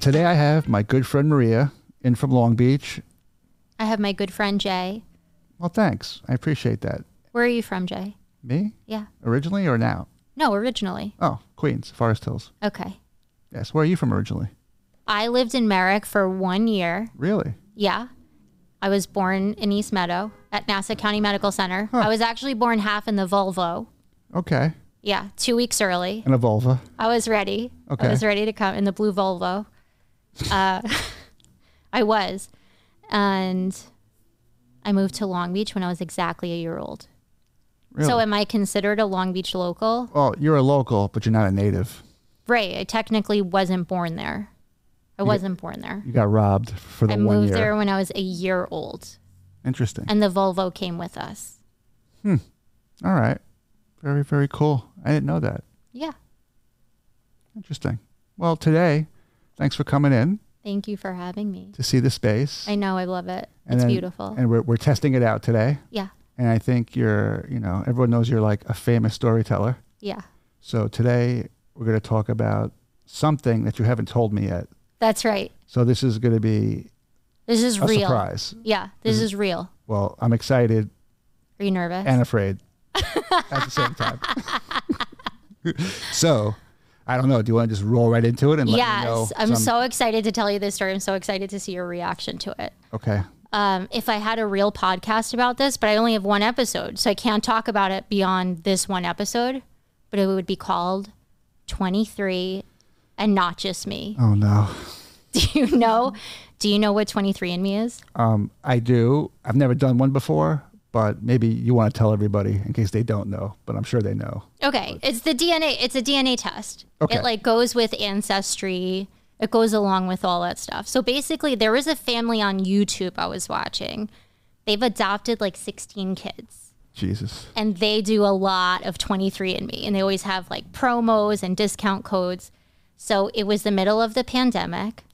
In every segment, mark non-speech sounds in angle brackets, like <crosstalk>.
today I have my good friend Maria in from Long Beach. I have my good friend Jay. Well, thanks. I appreciate that. Where are you from, Jay? Me? Yeah. Originally or now? No, originally. Oh, Queens, Forest Hills. Okay. Yes. Where are you from originally? I lived in Merrick for one year. Really? Yeah. I was born in East Meadow at Nassau County Medical Center. I was actually born half in the Volvo. Okay. Yeah, two weeks early. And a vulva. I was ready. Okay. I was ready to come in the blue Volvo. Uh, <laughs> I was. And I moved to Long Beach when I was exactly a year old. Really? So am I considered a Long Beach local? well, you're a local, but you're not a native. Right. I technically wasn't born there. I wasn't born there. You got robbed for the I one moved year. there when I was a year old, Interesting. and the Volvo came with us. All right. Very, very cool. I didn't know that. Yeah. Interesting. Well, today, thanks for coming in Thank you for having me. to see the space. I know. I love it. And it's then- beautiful. And we're, we're testing it out today. yeah. And I think you're, you know, everyone knows you're like a famous storyteller. Yeah. So today we're going to talk about something that you haven't told me yet. That's right. So this is going to be This is a real. surprise. Yeah. This is real. Well, I'm excited Are you nervous? and <laughs> afraid at the same time. so I don't know. Do you want to just roll right into it and let me know? yes. I'm some- so excited to tell you this story. I'm so excited to see your reaction to it. Okay. Um, if I had a real podcast about this, but I only have one episode, so I can't talk about it beyond this one episode, but it would be called 23 and Not Just Me. <laughs> Oh no. Do you know? Do you know what 23andMe is? Um, I do. I've never done one before, but maybe you want to tell everybody in case they don't know, but I'm sure they know. Okay, it's the DNA. It's a DNA test. Okay. It like goes with ancestry. It goes along with all that stuff. So basically, there was a family on YouTube I was watching. They've adopted like 16 kids, Jesus. and they do a lot of 23andMe, and they always have like promos and discount codes. So it was the middle of the pandemic.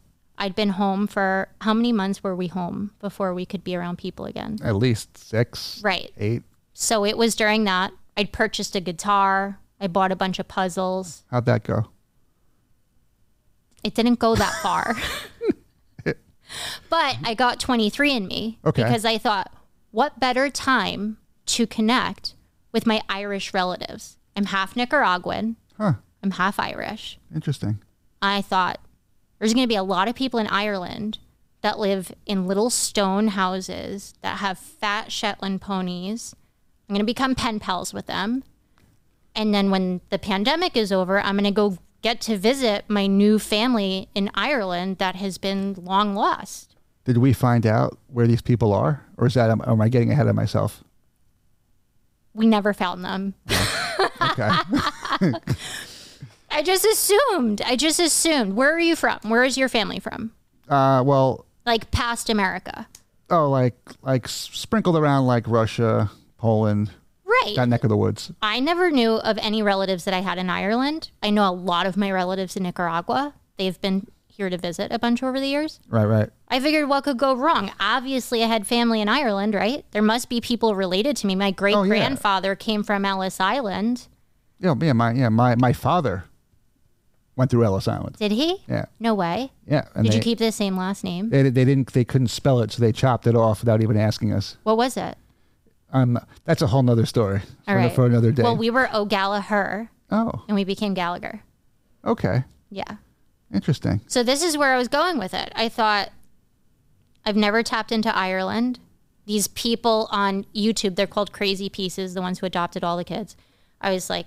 I'd been home for how many months were we home before we could be around people again? At least six, Right. eight. So it was during that. I'd purchased a guitar. I bought a bunch of puzzles. How'd that go? It didn't go that <laughs> far. but I got 23andMe Okay. because I thought, what better time to connect with my Irish relatives? I'm half Nicaraguan, Huh. I'm half Irish. Interesting. I thought there's going to be a lot of people in Ireland that live in little stone houses that have fat Shetland ponies. I'm going to become pen pals with them. And then when the pandemic is over, I'm going to go get to visit my new family in Ireland that has been long lost. Did we find out where these people are? Or is that, am, am I getting ahead of myself? We never found them. <laughs> Okay. I just assumed. I just assumed. Where are you from? Where is your family from? uh, well, Like past America. oh, like, like s- sprinkled around like Russia, Poland, Right. that neck of the woods. I never knew of any relatives that I had in Ireland. I know a lot of my relatives in Nicaragua. They've been here to visit a bunch over the years. Right, right. I figured what could go wrong? Obviously, I had family in Ireland, right? There must be people related to me. My great Oh, grandfather came from Ellis Island. Yeah, yeah, my, yeah, my, my father went through Ellis Island. Did he? Yeah. No way. Yeah. And Did they, you keep the same last name? they, they didn't, they couldn't spell it. So they chopped it off without even asking us. What was it? Um, that's a whole nother story for, All right. for another day. Well, we were O'Gallagher oh, and we became Gallagher. okay. Yeah. Interesting. So this is where I was going with it. I thought I've never tapped into Ireland. These people on YouTube, they're called crazy pieces, the ones who adopted all the kids. I was like,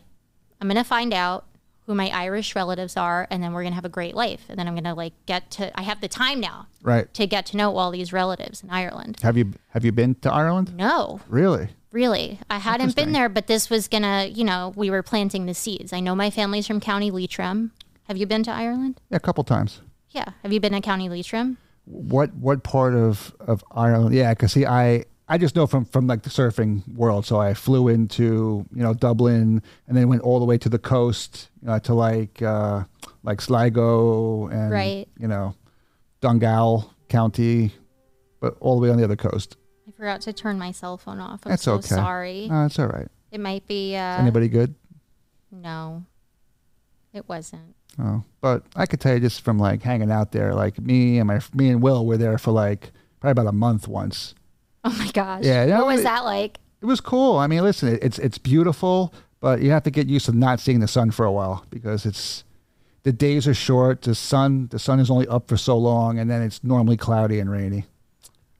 I'm going to find out who my Irish relatives are and then we're going to have a great life and then I'm going to like get to I have the time now Right. to get to know all these relatives in Ireland. Have you have you been to Ireland? No, Really? really. I hadn't been there, but this was going to, you know, we were planting the seeds. I know my family's from County Leitrim. Have you been to Ireland? Yeah, a couple times. Yeah. Have you been to County Leitrim? What what part of of Ireland? Yeah, because see, I I just know from from like the surfing world. So I flew into you know Dublin and then went all the way to the coast uh, to like uh, like Sligo and Right. you know Dungal County, but all the way on the other coast. I forgot to turn my cell phone off. I'm That's so okay. Uh, sorry. uh, No, it's all right. It might be uh Anybody good? no. It wasn't. <laughs> Oh, but I could tell you just from like hanging out there, like me and my me and Will were there for like probably about a month once. Oh my gosh. Yeah, no, what was it- that like? It was cool. I mean, listen, it, it's it's beautiful, but you have to get used to not seeing the sun for a while because it's the days are short. The sun the sun is only up for so long, and then it's normally cloudy and rainy.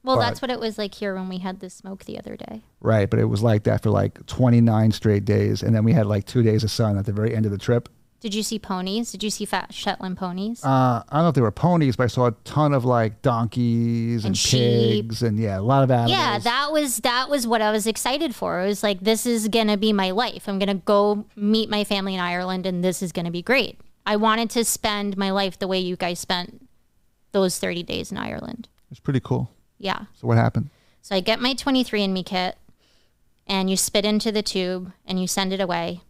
Well, but- that's what it was like here when we had the smoke the other day. Right, but it was like that for like 29 straight days, and then we had like two days of sun at the very end of the trip. Did you see ponies? Did you see fat Shetland ponies? Uh, I don't know if they were ponies, but I saw a ton of like donkeys and, And sheep. pigs, and yeah, a lot of animals. yeah, that was that was what I was excited for. It was like this is gonna be my life. I'm gonna go meet my family in Ireland, and this is gonna be great. I wanted to spend my life the way you guys spent those 30 days in Ireland. it's pretty cool. Yeah. So what happened? So I get my 23andMe kit, and you spit into the tube and you send it away.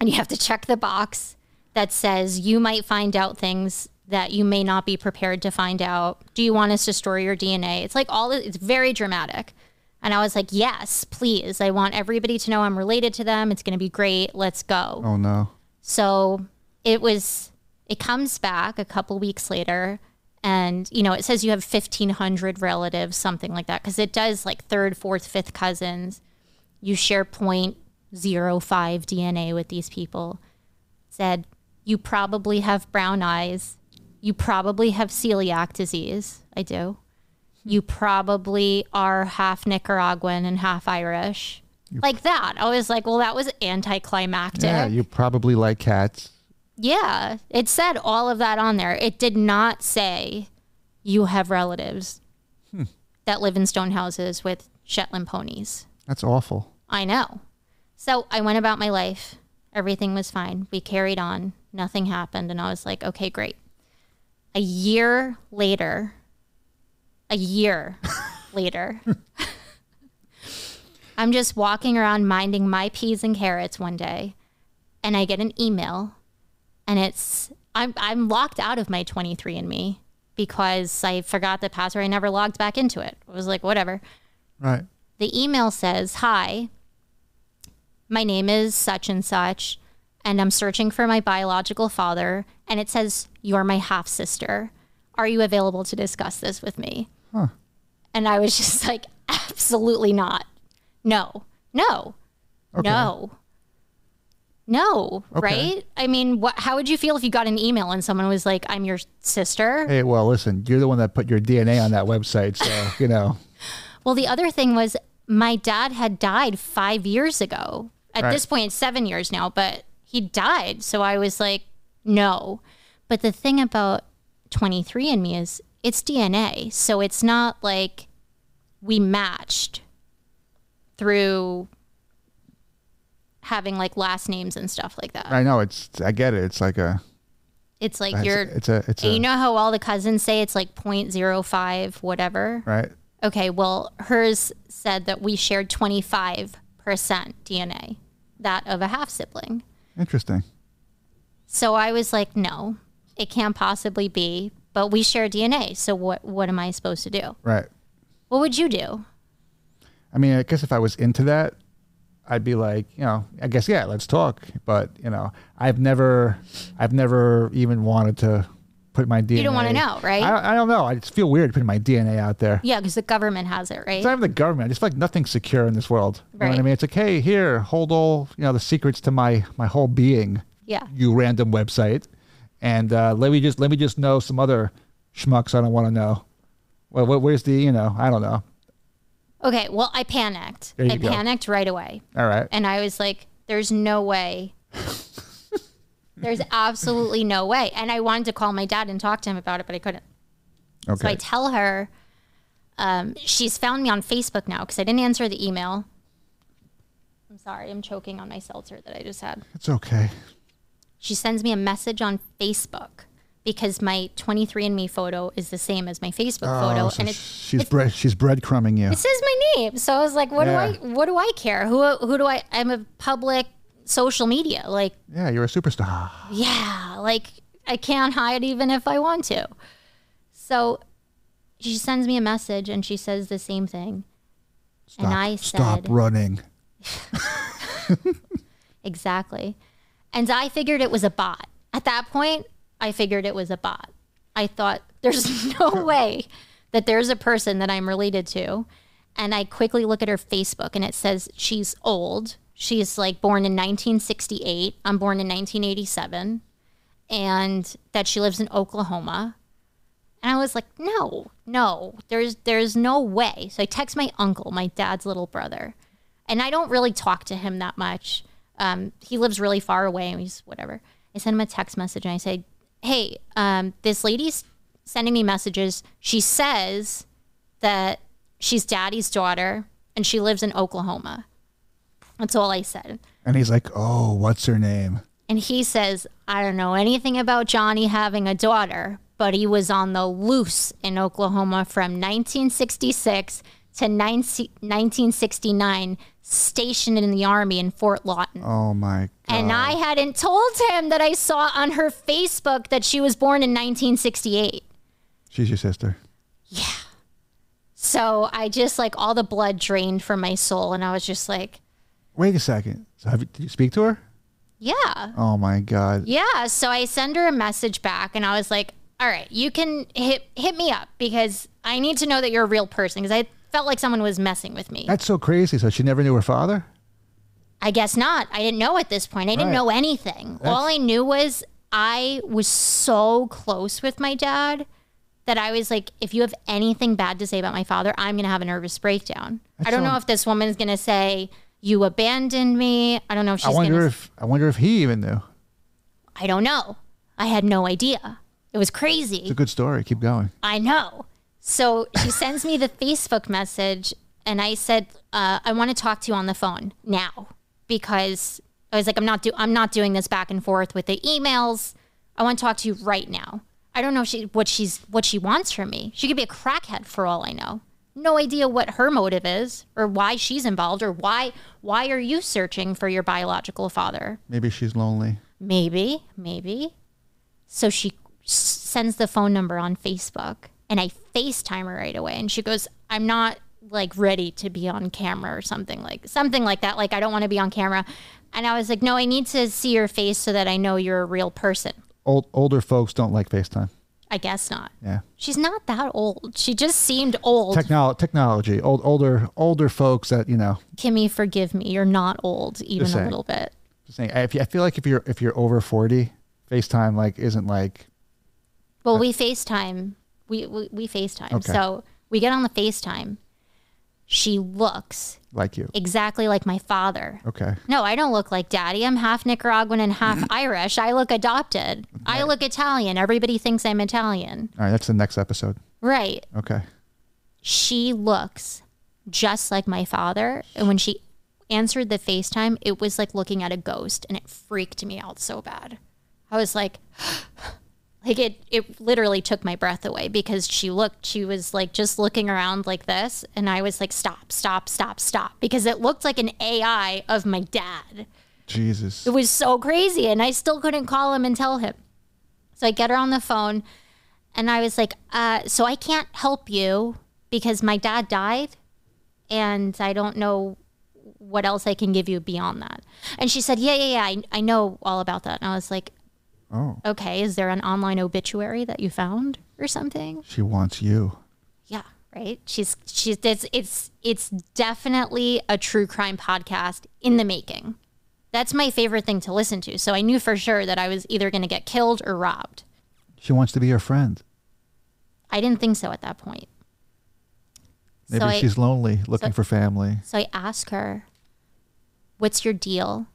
and you have to check the box that says you might find out things that you may not be prepared to find out. Do you want us to store your DNA? It's like all, it's very dramatic. And I was like, yes, please. I want everybody to know I'm related to them. It's going to be great. Let's go. Oh no. So it was, it comes back a couple weeks later. And, you know, it says you have 1,500 relatives, something like that, because it does like third, fourth, fifth cousins. You share 0.05 DNA with these people. It said, you probably have brown eyes. You probably have celiac disease. I do. You probably are half Nicaraguan and half Irish. Like that. I was like, well, that was anticlimactic. Yeah, you probably like cats. Yeah, it said all of that on there. It did not say you have relatives that live in stone houses with Shetland ponies. That's awful. I know. So I went about my life. Everything was fine. We carried on. Nothing happened. And I was like, okay, great. A year later, a year later, I'm just walking around minding my peas and carrots one day. And I get an email. And it's, I'm, I'm locked out of my 23andMe because I forgot the password. I never logged back into it. I was like, whatever. Right. The email says, Hi, my name is such and such, and I'm searching for my biological father. And it says, You're my half sister. Are you available to discuss this with me? And I was <laughs> just like, Absolutely not. No, no, no. No, right? I mean, what? How would you feel if you got an email and someone was like, "I'm your sister"? Hey, well, listen, you're the one that put your DNA on that website, <laughs> so you know. Well, the other thing was my dad had died five years ago. At Right. this point, it's seven years now, but he died. So I was like, no. But the thing about 23andMe is it's DNA. So it's not like we matched through having like last names and stuff like that. I know it's. I get it. It's like a. It's like It's, you're, it's uh, a. It's a. you know how all the cousins say it's like 0.05, whatever? right. Okay, well, hers said that we shared 25% DNA, that of a half sibling. Interesting. So I was like, no, it can't possibly be, but we share DNA. So what, what am I supposed to do? Right. What would you do? I mean, I guess if I was into that, I'd be like, you know, I guess yeah, let's talk. But you know, I've never, I've never even wanted to put my DNA. You don't wanna know, right? I, don't- I don't know. I just feel weird putting my DNA out there. Yeah, because the government has it, right? It's not even the government. I just feel like nothing's secure in this world. You know what I Right. mean? It's like, hey, here, hold all, you know, the secrets to my my whole being. Yeah. You random website, and uh, let me just let me just know some other schmucks I don't want to know. Well, wh- where's the you know? I don't know. Okay, well, I panicked. There you I go. panicked right away. All right. And I was like, there's no way. <laughs> there's absolutely no way. And I wanted to call my dad and talk to him about it, but I couldn't. So I Okay. tell her, um, she's found me on Facebook now because I didn't answer the email. I'm sorry, I'm choking on my seltzer that I just had. It's okay. She sends me a message on Facebook because my 23andMe photo is the same as my Facebook photo, Oh, so and sh- it's. she's bread, she's breadcrumbing you. It says my name, so I was like, "What Yeah. do I? What do I care? Who? Who do I? I'm a public social media. Like, Yeah, you're a superstar. yeah, like I can't hide even if I want to. So she sends me a message and she says the same thing. Stop, and I stop said, running. exactly. And I figured it was a bot. At that point, I figured it was a bot. I thought <laughs> there's no way that there's a person that I'm related to. And I quickly look at her Facebook and it says she's old. She's like born in 1968. I'm born in 1987. And that she lives in Oklahoma. And I was like, no, no, there's there's no way. So I text my uncle, my dad's little brother, and I don't really talk to him that much. Um, he lives really far away, and he's whatever. I send him a text message, and I say, hey, um, this lady's sending me messages. She says that she's daddy's daughter, and she lives in Oklahoma. That's all I said. And he's like, "Oh, what's her name?" And he says, I don't know anything about Johnny having a daughter, but he was on the loose in Oklahoma from 1966 to 19- 1969, stationed in the Army in Fort Lawton. Oh my god. And I hadn't told him that I saw on her Facebook that she was born in 1968. She's your sister. So I just like all the blood drained from my soul. And I was just like, Wait a second. So have you, did you speak to her? yeah. Oh my god. Yeah, so I send her a message back and I was like, "All right, you can hit hit me up because I need to know that you're a real person because I felt like someone was messing with me." That's so crazy. So she never knew her father? I guess not. I didn't know at this point. I didn't Right. know anything. All I knew was I was so close with my dad that I was like, if you have anything bad to say about my father, I'm going to have a nervous breakdown. I don't so- know if this woman's going to say you abandoned me. I don't know if she's I going to wonder if I wonder if he even knew. I don't know. I had no idea. It was crazy. It's a good story. Keep going. I know. So she sends me the Facebook message, and I said, uh, "I want to talk to you on the phone now because I was like, I'm not do I'm not doing this back and forth with the emails. I want to talk to you right now. I don't know if she what she's what she wants from me. She could be a crackhead for all I know. No idea what her motive is or why she's involved or why why are you searching for your biological father? Maybe she's lonely. Maybe, maybe. So she s- sends the phone number on Facebook and I FaceTime her right away. And she goes, I'm not like ready to be on camera or something like something like that. Like, I don't want to be on camera. And I was like, no, I need to see your face so that I know you're a real person. Old older folks don't like FaceTime. I guess not. Yeah. She's not that old. She just seemed old. Technol technology. Old older older folks that, you know, Kimmy, forgive me. You're not old, even a saying. little bit. just saying if you, I feel like if you're if you're over 40, FaceTime like isn't like Well, we FaceTime. We, we, we FaceTime. Okay. So we get on the FaceTime. She looks like you. exactly like my father. Okay. No, I don't look like daddy. I'm half Nicaraguan and half Irish. I look adopted. I look Italian. Everybody thinks I'm Italian. All right, that's the next episode. Right. Okay. She looks just like my father. And when she answered the FaceTime, it was like looking at a ghost and it freaked me out so bad. I was like, <gasps> like it, it literally took my breath away because she looked, she was like just looking around like this. And I was like, stop, stop, stop, stop. Because it looked like an AI of my dad. Jesus. It was so crazy. And I still couldn't call him and tell him. So I get her on the phone and I was like, uh, so I can't help you because my dad died and I don't know what else I can give you beyond that. And she said, yeah, yeah, yeah, I, I know all about that. And I was like, Oh. okay, is there an online obituary that you found or something? She wants you. Yeah, right. She's she's it's it's it's definitely a true crime podcast in the making. That's my favorite thing to listen to. So I knew for sure that I was either going to get killed or robbed. She wants to be your friend. I didn't think so at that point. Maybe so I- she's lonely, looking for family. So I ask her, What's your deal?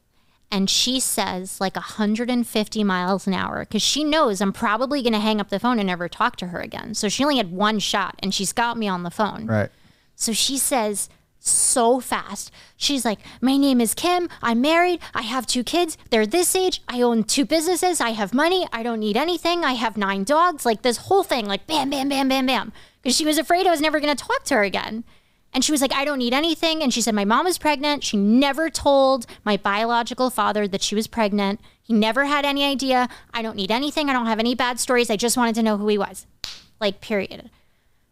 And she says like 150 miles an hour because she knows I'm probably going to hang up the phone and never talk to her again. So she only had one shot and she's got me on the phone. Right. So she says so fast. She's like, My name is Kim. I'm married. I have two kids. They're this age. I own two businesses. I have money. I don't need anything. I have nine dogs. Like this whole thing, like bam, bam, bam, bam, bam. Because she was afraid I was never going to talk to her again. And she was like, I don't need anything. And she said, My mom is pregnant. She never told my biological father that she was pregnant. He never had any idea. I don't need anything. I don't have any bad stories. I just wanted to know who he was. Like, period.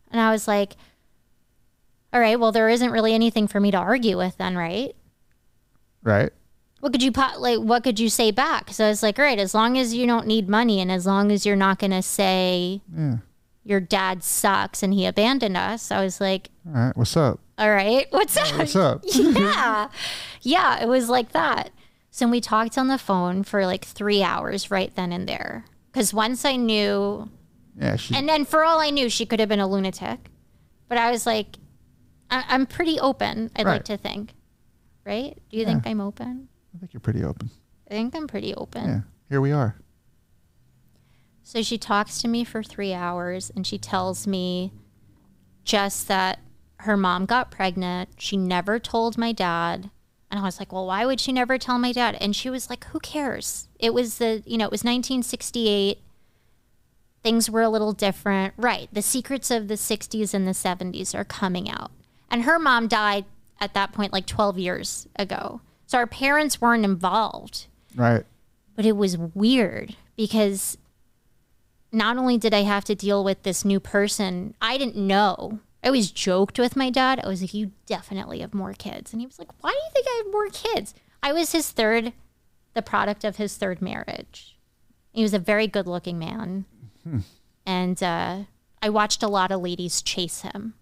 And I was like, all right, well, there isn't really anything for me to argue with then, right? Right. What could you po- like? What could you say back? Because I was like, all right, as long as you don't need money, and as long as you're not gonna say Yeah. your dad sucks and he abandoned us, I was like, All right. What's up? all right, <laughs> what's <laughs> up? What's up? yeah. Yeah, it was like that. So we talked on the phone for like three hours right then and there. Because once I knew, Yeah. She, and then for all I knew, she could have been a lunatic. But I was like, I- I'm pretty open, I'd like Right. to think. Right? Do you think I'm open? I think you're pretty open. I think I'm pretty open. Yeah. Here we are. So she talks to me for three hours and she tells me just that her mom got pregnant. She never told my dad. And I was like, well, why would she never tell my dad? And she was like, who cares? It was the, you know, it was 1968. Things were a little different. Right. The secrets of the 60s and the 70s are coming out. And her mom died at that point like 12 years ago. So our parents weren't involved Right. but it was weird because not only did I have to deal with this new person, I didn't know. I always joked with my dad. I was like, "You definitely have more kids," and he was like, "Why do you think I have more kids?" I was his third, the product of his third marriage. He was a very good-looking man, and uh, I watched a lot of ladies chase him.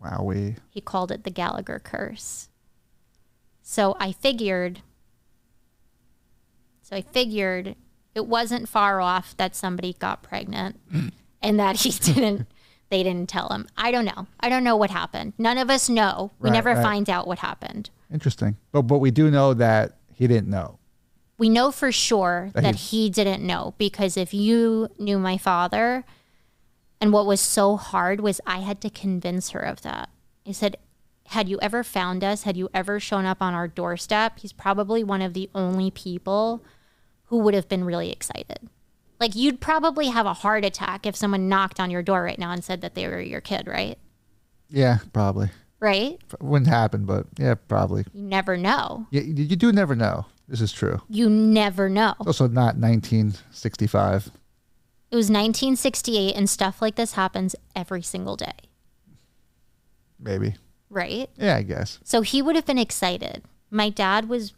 Wowie. He called it the Gallagher curse. So I figured. So I figured it wasn't far off that somebody <clears throat> got pregnant and that he didn't. They didn't tell him. I don't know. I don't know what happened. None of us know. We Right, never right. find out what happened. Interesting. But but we do know that he didn't know. We know for sure That that, he- he didn't know because if you knew my father, and what was so hard was I had to convince her of that. I said, Had you ever found us? Had you ever shown up on our doorstep? He's probably one of the only people who would have been really excited. Like, you'd probably have a heart attack if someone knocked on your door right now and said that they were your kid, right? Yeah, probably. Right? Wouldn't happen, but yeah, probably. You never know. Yeah, you, you do never know. This is true. You never know. Also, not 1965. It was 1968, and stuff like this happens every single day. Maybe. right? Yeah, I guess. So he would have been excited. My dad was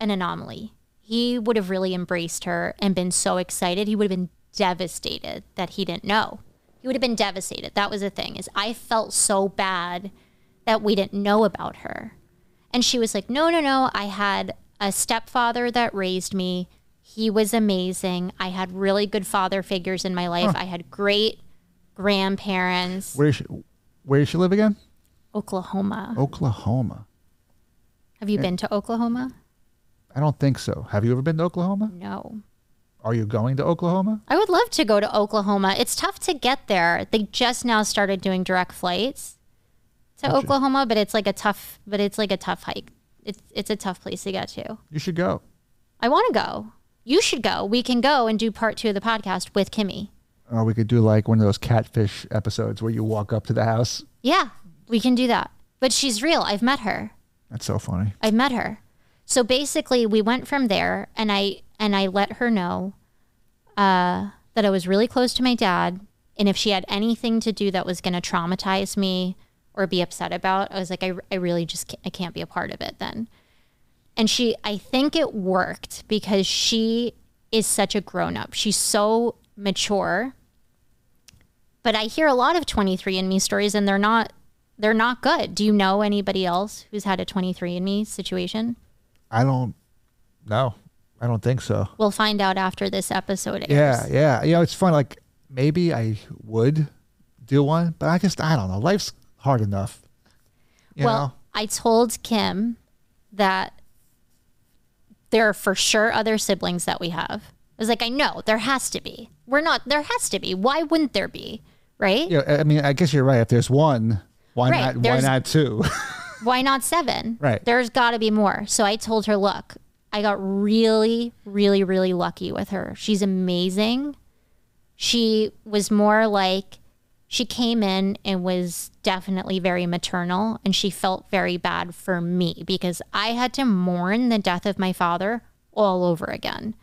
an anomaly. He would have really embraced her and been so excited. He would have been devastated that he didn't know. He would have been devastated. That was the thing is I felt so bad that we didn't know about her. And she was like, "No, no, no. I had a stepfather that raised me. He was amazing. I had really good father figures in my life. I had great grandparents." Where does she, where does she live again? Oklahoma. Oklahoma. Have you been to Oklahoma? I don't think so. Have you ever been to Oklahoma? No. Are you going to Oklahoma? I would love to go to Oklahoma. It's tough to get there. They just now started doing direct flights to Oklahoma, but it's like a tough but it's like a tough hike. It's it's a tough place to get to. You should go. I want to go. You should go. We can go and do part 2 of the podcast with Kimmy. Or Oh, we could do like one of those catfish episodes where you walk up to the house. Yeah, we can do that. But she's real. I've met her. That's so funny. I met her. So basically, we went from there, and I and I let her know uh, that I was really close to my dad, and if she had anything to do that was going to traumatize me or be upset about, I was like, I, I really just can't, I can't be a part of it then. And she, I think it worked because she is such a grown up. She's so mature. But I hear a lot of 23andMe stories, and they're not they're not good. Do you know anybody else who's had a 23andMe situation? I don't No, I don't think so. We'll find out after this episode Yeah, airs. yeah. You know, it's fun. Like maybe I would do one, but I just I don't know. Life's hard enough. You well, know? I told Kim that there are for sure other siblings that we have. I was like, I know there has to be. We're not. There has to be. Why wouldn't there be? Right? You know, I I mean, I guess you're right. If there's one, why Right, not? Why there's- not two? <laughs> Why not seven? Right. There's got to be more. So I told her, look, I got really, really, really lucky with her. She's amazing. She was more like, she came in and was definitely very maternal, and she felt very bad for me because I had to mourn the death of my father all over again.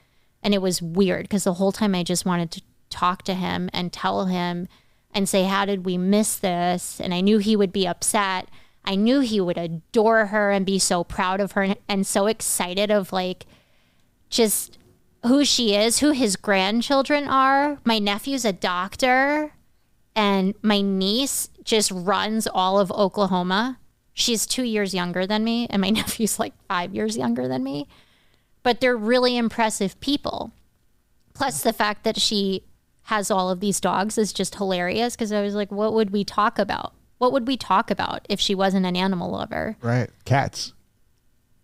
And it was weird because the whole time I just wanted to talk to him and tell him and say, How did we miss this? And I knew he would be upset. I knew he would adore her and be so proud of her and, and so excited of like just who she is, who his grandchildren are. My nephew's a doctor, and my niece just runs all of Oklahoma. She's two years younger than me, and my <laughs> nephew's like five years younger than me. But they're really impressive people. Plus, the fact that she has all of these dogs is just hilarious because I was like, what would we talk about? What would we talk about if she wasn't an animal lover? Right. Cats.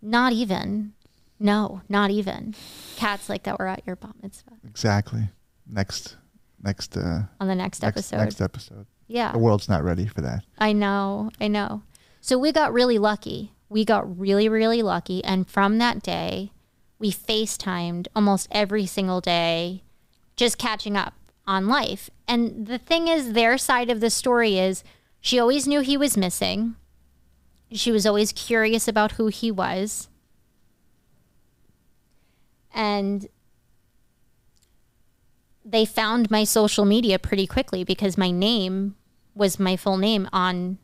Not even. No, not even. Cats like that were at your bat mitzvah Exactly. Next. Next. Uh, on the next, next episode. next episode. yeah, The world's not ready for that. I know, I know. So we got really lucky. We got really, really lucky. And from that day, we FaceTimed almost every single day, just catching up on life. And the thing is, their side of the story is she always knew he was missing. She was always curious about who he was. And they found my social media pretty quickly because my name was my full name on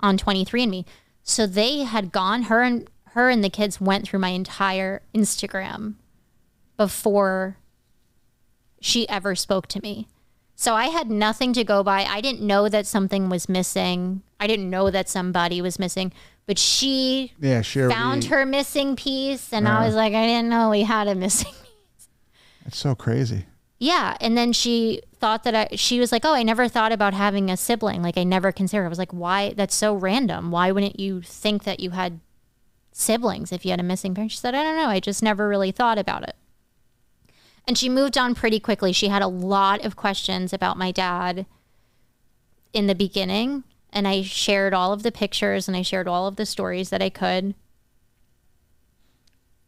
on 23andme. So they had gone her and her and the kids went through my entire Instagram before she ever spoke to me. So I had nothing to go by. I didn't know that something was missing. I didn't know that somebody was missing, but she Yeah. Sure. found her missing piece and I Yeah. was like I didn't know we had a missing It's so crazy. Yeah, and then she thought that I she was like, "Oh, I never thought about having a sibling. Like I never considered." I was like, "Why? That's so random. Why wouldn't you think that you had siblings if you had a missing parent?" She said, "I don't know. I just never really thought about it." And she moved on pretty quickly. She had a lot of questions about my dad in the beginning, and I shared all of the pictures and I shared all of the stories that I could.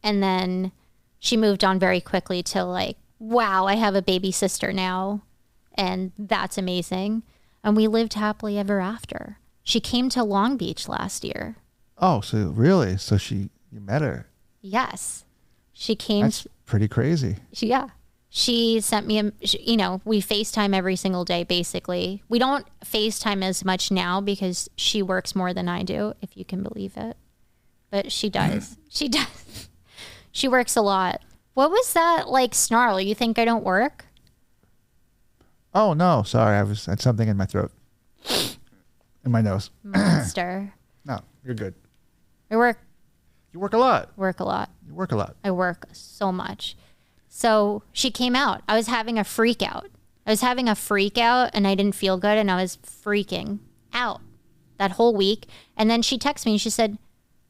And then she moved on very quickly to like, wow, I have a baby sister now. And that's amazing. And we lived happily ever after. She came to Long Beach last year. Oh, so really? So she you met her? Yes. She came. That's pretty crazy. she, yeah. She sent me, a, she, you know, we FaceTime every single day, basically. We don't FaceTime as much now because she works more than I do, if you can believe it. But she does. she does. <laughs> She works a lot. What was that like snarl? You think I don't work? Oh no, sorry, I was I had something in my throat, in my nose. Monster. No, you're good. I work You work a lot. work a lot. You work a lot. I work so much. So she came out. I was having a freak out. I was having a freak out and I didn't feel good and I was freaking out that whole week. And then she texted me and she said,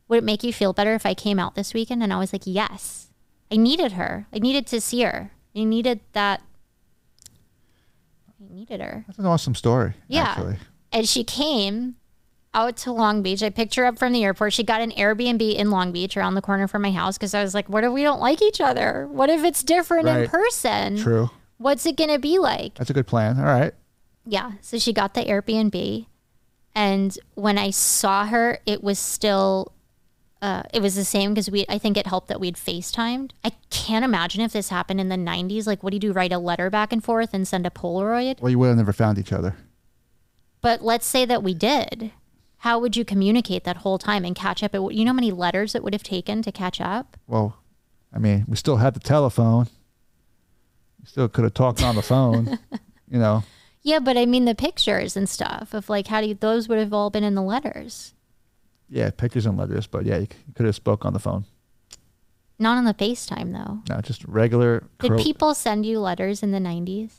Would it make you feel better if I came out this weekend? And I was like, Yes. I needed her. I needed to see her. I needed that. I needed her. That's an awesome story. Yeah. Actually. And she came out to Long Beach. I picked her up from the airport. She got an Airbnb in Long Beach around the corner from my house because I was like, what if we don't like each other? What if it's different in Right. person? True. What's it going to be like? That's a good plan. All right. Yeah. So she got the Airbnb. And when I saw her, it was still, uh, it was the same because we, I think it helped that we'd FaceTimed. I can't imagine if this happened in the 90s. Like, what do you do? Write a letter back and forth and send a Polaroid? Well, you would have never found each other. But let's say that we did. How would you communicate that whole time and catch up? It, would- you know how many letters it would have taken to catch up? Well, I mean, we still had the telephone. We still could have talked on the <laughs> phone. you know. Yeah, but I mean the pictures and stuff of like how do you, those would have all been in the letters, Yeah, pictures and letters, but yeah, you c- you could have spoke on the phone. not on the FaceTime though. No, just regular. Did cro- people send you letters in the 90s?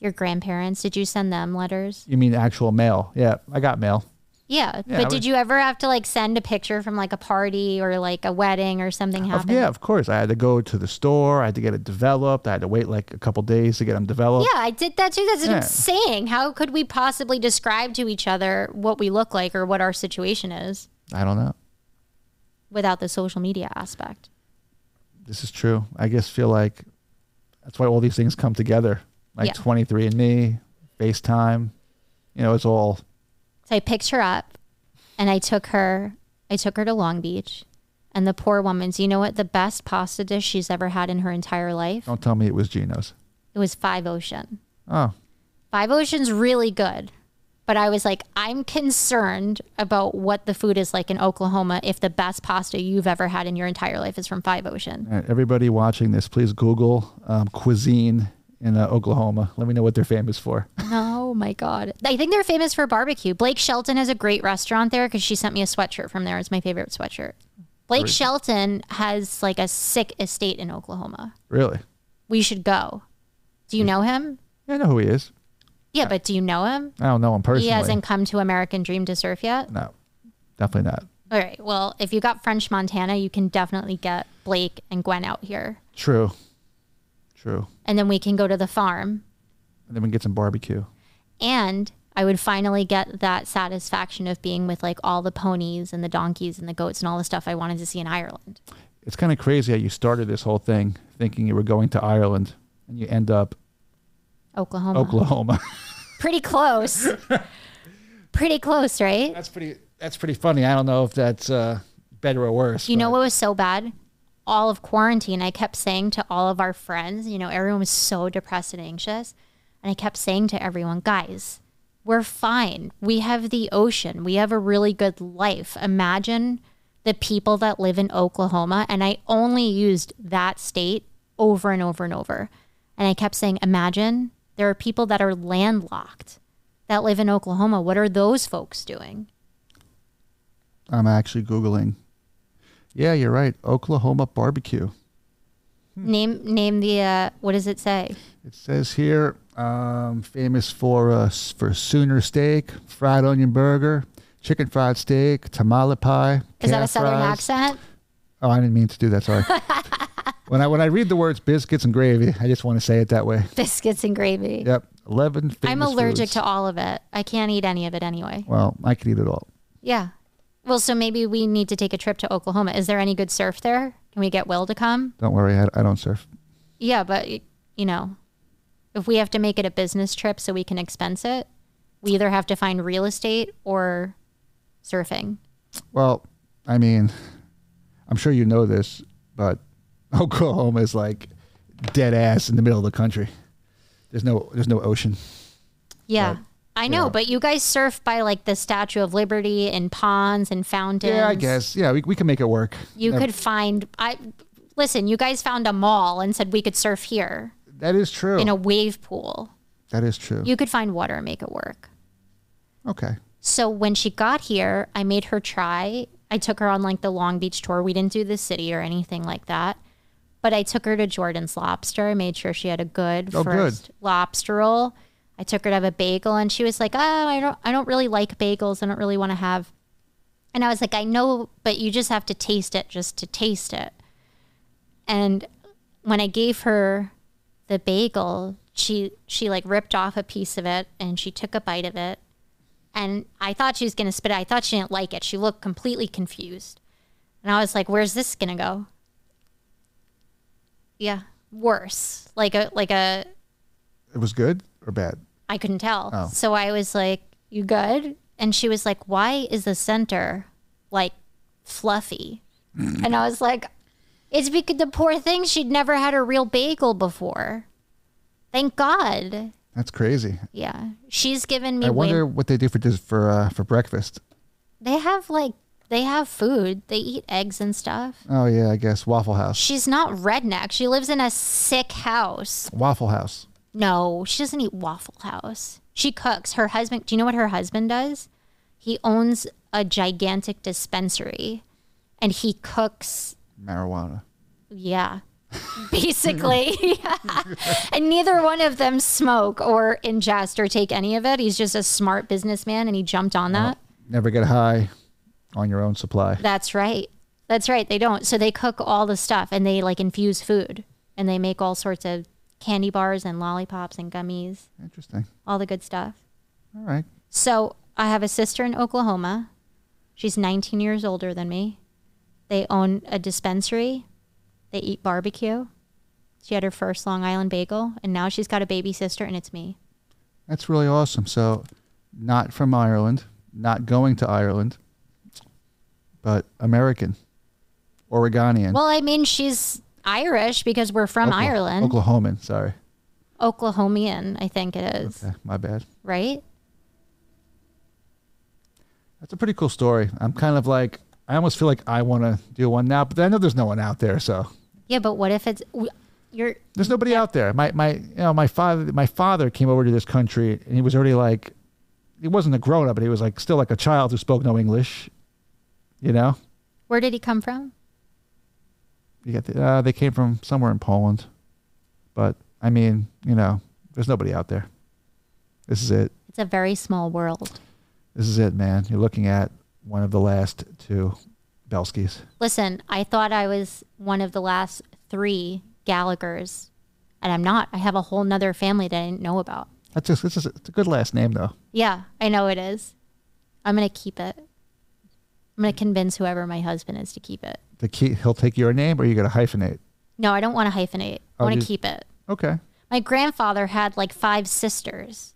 Your grandparents, did you send them letters? you mean actual mail? Yeah, I got mail. Yeah, Yeah, I but would- did you ever have to like send a picture from like a party or like a wedding or something Of, happened? yeah, of course. I had to go to the store. I had to get it developed. I had to wait like a couple days to get them developed. Yeah, I did that too. That's what I'm Yeah. saying. How could we possibly describe to each other what we look like or what our situation is I don't know. without the social media aspect? This is true. I just feel like that's why all these things come together. Yeah. Like 23andMe, FaceTime. You know, it's all So I picked her up and I took her I took her to Long Beach and the poor woman's you know what the best pasta dish she's ever had in her entire life? don't tell me it was Gino's. It was Five Ocean. Oh, Five Ocean's really good. But I was like, I'm concerned about what the food is like in Oklahoma if the best pasta you've ever had in your entire life is from Five Ocean. All right, everybody watching this, please Google um, cuisine in uh, Oklahoma. Let me know what they're famous for. <laughs> Oh my God. I think they're famous for barbecue. Blake Shelton has a great restaurant there because she sent me a sweatshirt from there. It's my favorite sweatshirt. Blake Great. Shelton has like a sick estate in Oklahoma. really? We should go. Do Hmm. you know him? Yeah, I know who he is. Yeah, but do you know him? I don't know him personally. He hasn't come to American Dream to surf yet. No, definitely not. All right. Well, if you got French Montana, you can definitely get Blake and Gwen out here. True. True. And then we can go to the farm. And then we can get some barbecue. And I would finally get that satisfaction of being with like all the ponies and the donkeys and the goats and all the stuff I wanted to see in Ireland. It's kind of crazy how you started this whole thing thinking you were going to Ireland and you end up Oklahoma. Oklahoma. Pretty close. Pretty close, right? that's pretty. That's pretty funny. I don't know if that's uh, better or worse. You know but- what was so bad? All of quarantine, I kept saying to all of our friends, you know, everyone was so depressed and anxious. And I kept saying to everyone, guys, we're fine. We have the ocean. We have a really good life. Imagine the people that live in Oklahoma. And I only used that state over and over and over. And I kept saying, imagine there are people that are landlocked that live in Oklahoma. What are those folks doing? I'm actually googling. Yeah, you're right. Oklahoma barbecue. Name name the uh, what does it say? It says here, um, famous for uh, s- for Sooner steak, fried onion burger, chicken fried steak, tamale pie. Is that a calf southern fries. accent? <laughs> Oh, I didn't mean to do that. Sorry. when I when I read the words biscuits and gravy, I just want to say it that way. Biscuits and gravy. Yep, eleven. Famous I'm allergic foods. to all of it. I can't eat any of it anyway. Well, I could eat it all. Yeah. Well, so maybe we need to take a trip to Oklahoma. Is there any good surf there? Can we get Will to come? Don't worry, I, I don't surf. Yeah, but y- you know, if we have to make it a business trip so we can expense it, we either have to find real estate or surfing. Well, I mean, I'm sure you know this, but <laughs> Oklahoma is like dead ass in the middle of the country. There's no there's no ocean. Yeah. I know, yeah. but you guys surf by like the Statue of Liberty and ponds and fountains. Yeah, I guess. Yeah, we, we can make it work. You That- could find I listen, you guys found a mall and said we could surf here. That is true. in a wave pool. that is true. You could find water and make it work. okay. So when she got here, I made her try. I took her on like the Long Beach tour. We didn't do the city or anything like that. But I took her to Jordan's Lobster. I made sure she had a good Oh, good. first lobster roll. I took her to have a bagel and she was like, "Oh, I don't I don't really like bagels. I don't really want to have." And I was like, "I know, but you just have to taste it just to taste it." And when I gave her the bagel, she she like ripped off a piece of it and she took a bite of it. And I thought she was gonna spit it. I thought she didn't like it. She looked completely confused. And I was like, Where's this gonna go? Yeah. Worse. Like a like a It was good or bad? I couldn't tell. Oh. So I was like, You good? And she was like, Why is the center like fluffy? Mm. and I was like, It's because the poor thing, she'd never had a real bagel before. Thank God. That's crazy. Yeah. She's given me I way- wonder what they do for dis- for uh, for breakfast. they have like they have food. They eat eggs and stuff. Oh yeah, I guess Waffle House. She's not redneck. She lives in a sick house. Waffle House. No, she doesn't eat Waffle House. She cooks. Her husband, do you know what her husband does? He owns a gigantic dispensary and he cooks, Marijuana. yeah, basically. <laughs> and neither one of them smoke or ingest or take any of it. He's just a smart businessman and he jumped on that. Never get high on your own supply. That's right. That's right. They don't. So they cook all the stuff and they like infuse food and they make all sorts of candy bars and lollipops and gummies, Interesting. all the good stuff. All right. So I have a sister in Oklahoma. She's 19 years older than me. They own a dispensary. They eat barbecue. She had her first Long Island bagel and now she's got a baby sister and it's me. That's really awesome. So, not from Ireland, not going to Ireland, but American, Oregonian, Well, I mean, she's Irish because we're from Oklah- Ireland. Oklahoman. Sorry, Oklahomian, I think it is. Eh, my bad. right? That's a pretty cool story. I'm kind of like I almost feel like I want to do one now, but I know there's no one out there, so Yeah, but what if it's w- you're there's nobody out there. My my you know my father my father came over to this country and he was already like he wasn't a grown up, but he was like still like a child who spoke no English. You know, where did he come from? you got the, uh, they came from somewhere in Poland, but I mean you know there's nobody out there. This is it. It's a very small world. This is it, man. You're looking at one of the last two Belskis. Listen, I thought I was one of the last three Gallagher's, and I'm not. I have a whole nother family that I didn't know about. That's just this is it's a good last name though. Yeah, I know it is. I'm gonna keep it. I'm gonna convince whoever my husband is to keep it. The key he'll take your name or you got to hyphenate. No, I don't want to hyphenate. I Oh, want you- to keep it. Okay. My grandfather had like five sisters.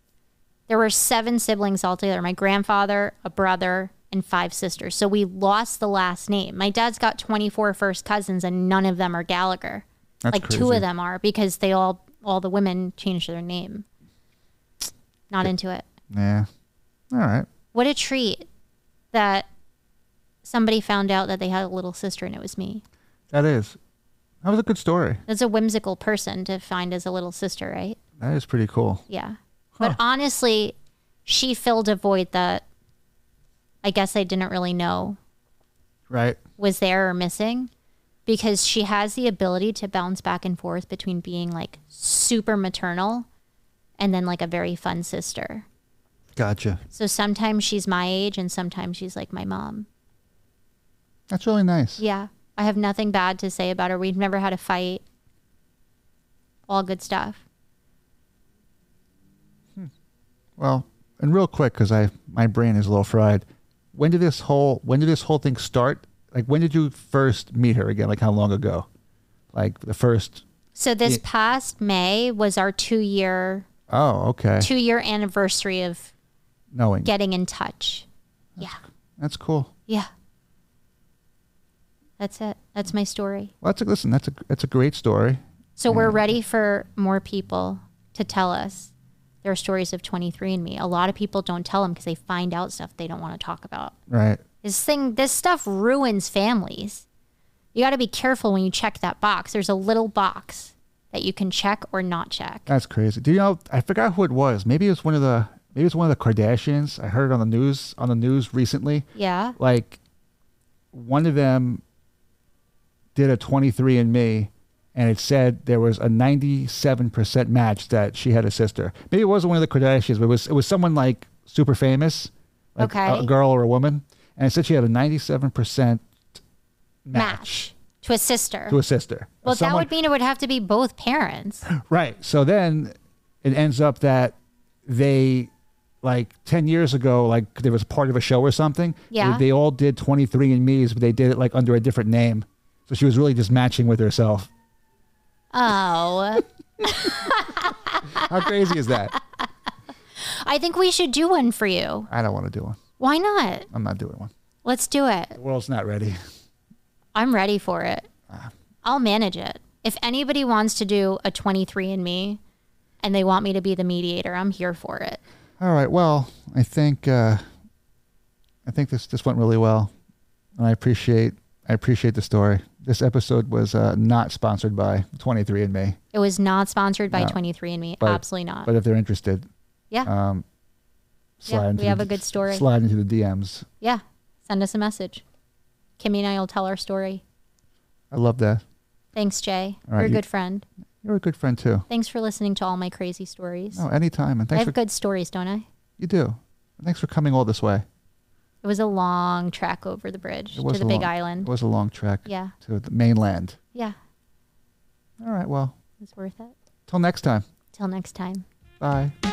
There were seven siblings altogether my grandfather, a brother, and five sisters. So we lost the last name. My dad's got 24 first cousins, and none of them are Gallagher. That's like two crazy. of them are because they all, all the women changed their name. Not into it. Yeah. All right. What a treat that somebody found out that they had a little sister and it was me. That is. That was a good story. That's a whimsical person to find as a little sister, right? That is pretty cool. Yeah. But honestly, she filled a void that I guess I didn't really know Right. was there or missing because she has the ability to bounce back and forth between being like super maternal and then like a very fun sister. Gotcha. So sometimes she's my age and sometimes she's like my mom. That's really nice. Yeah. I have nothing bad to say about her. We've never had a fight. All good stuff. Well, and real quick cuz I my brain is a little fried. When did this whole when did this whole thing start? Like when did you first meet her again? Like how long ago? Like the first So this Yeah. past May was our 2 year Oh, okay. 2 year anniversary of Knowing. getting in touch. Yeah. That's cool. Yeah. That's it. That's my story. Well, that's a, listen, that's a that's a great story. So we're Mm. ready for more people to tell us their stories of 23andme. A lot of people don't tell them because they find out stuff they don't want to talk about. Right. This thing, this stuff ruins families. You got to be careful when you check that box. There's a little box that you can check or not check. That's crazy. Do you know? I forgot who it was. Maybe it was one of the maybe it was one of the Kardashians. I heard it on the news on the news recently. Yeah. Like one of them did a 23andMe, and it said there was a 97% match that she had a sister. Maybe it wasn't one of the Kardashians, but it was it was someone like super famous, like a- a Okay. girl or a woman, and it said she had a 97% Match. match, To a sister. to a sister. well, that Someone- would mean it would have to be <gasps> both parents. Right. So then it ends up that they like 10 years ago like there was part of a show or something Yeah. they, they all did 23 and me's but they did it like under a different name so she was really just matching with herself Oh. <laughs> <laughs> how crazy is that I think we should do one for you. i don't want to do one Why not? i'm not doing one Let's do it. the world's not ready I'm ready for it. Ah. I'll manage it. If anybody wants to do a 23andMe and they want me to be the mediator, I'm here for it. all right well i think uh i think this this went really well and i appreciate i appreciate the story this episode was uh not sponsored by 23 and me It was not sponsored by No. 23andMe. But- Absolutely not. but if they're interested yeah. um, Yeah, slide into we the- have a good story. Slide into the DMs. yeah. Send us a message. Kimmy and I will tell our story. I love that. Thanks, Jay. All right, You're a you- good friend. You're a good friend too. Thanks for listening to all my crazy stories. No, anytime, and I thanks have for good stories, don't I? you do. Thanks for coming all this way. It was a long trek over the bridge It to was the a big long- It island. was a long trek Yeah. to the mainland. Yeah. All right. Well, It was worth it. till next time. Till next time. Bye.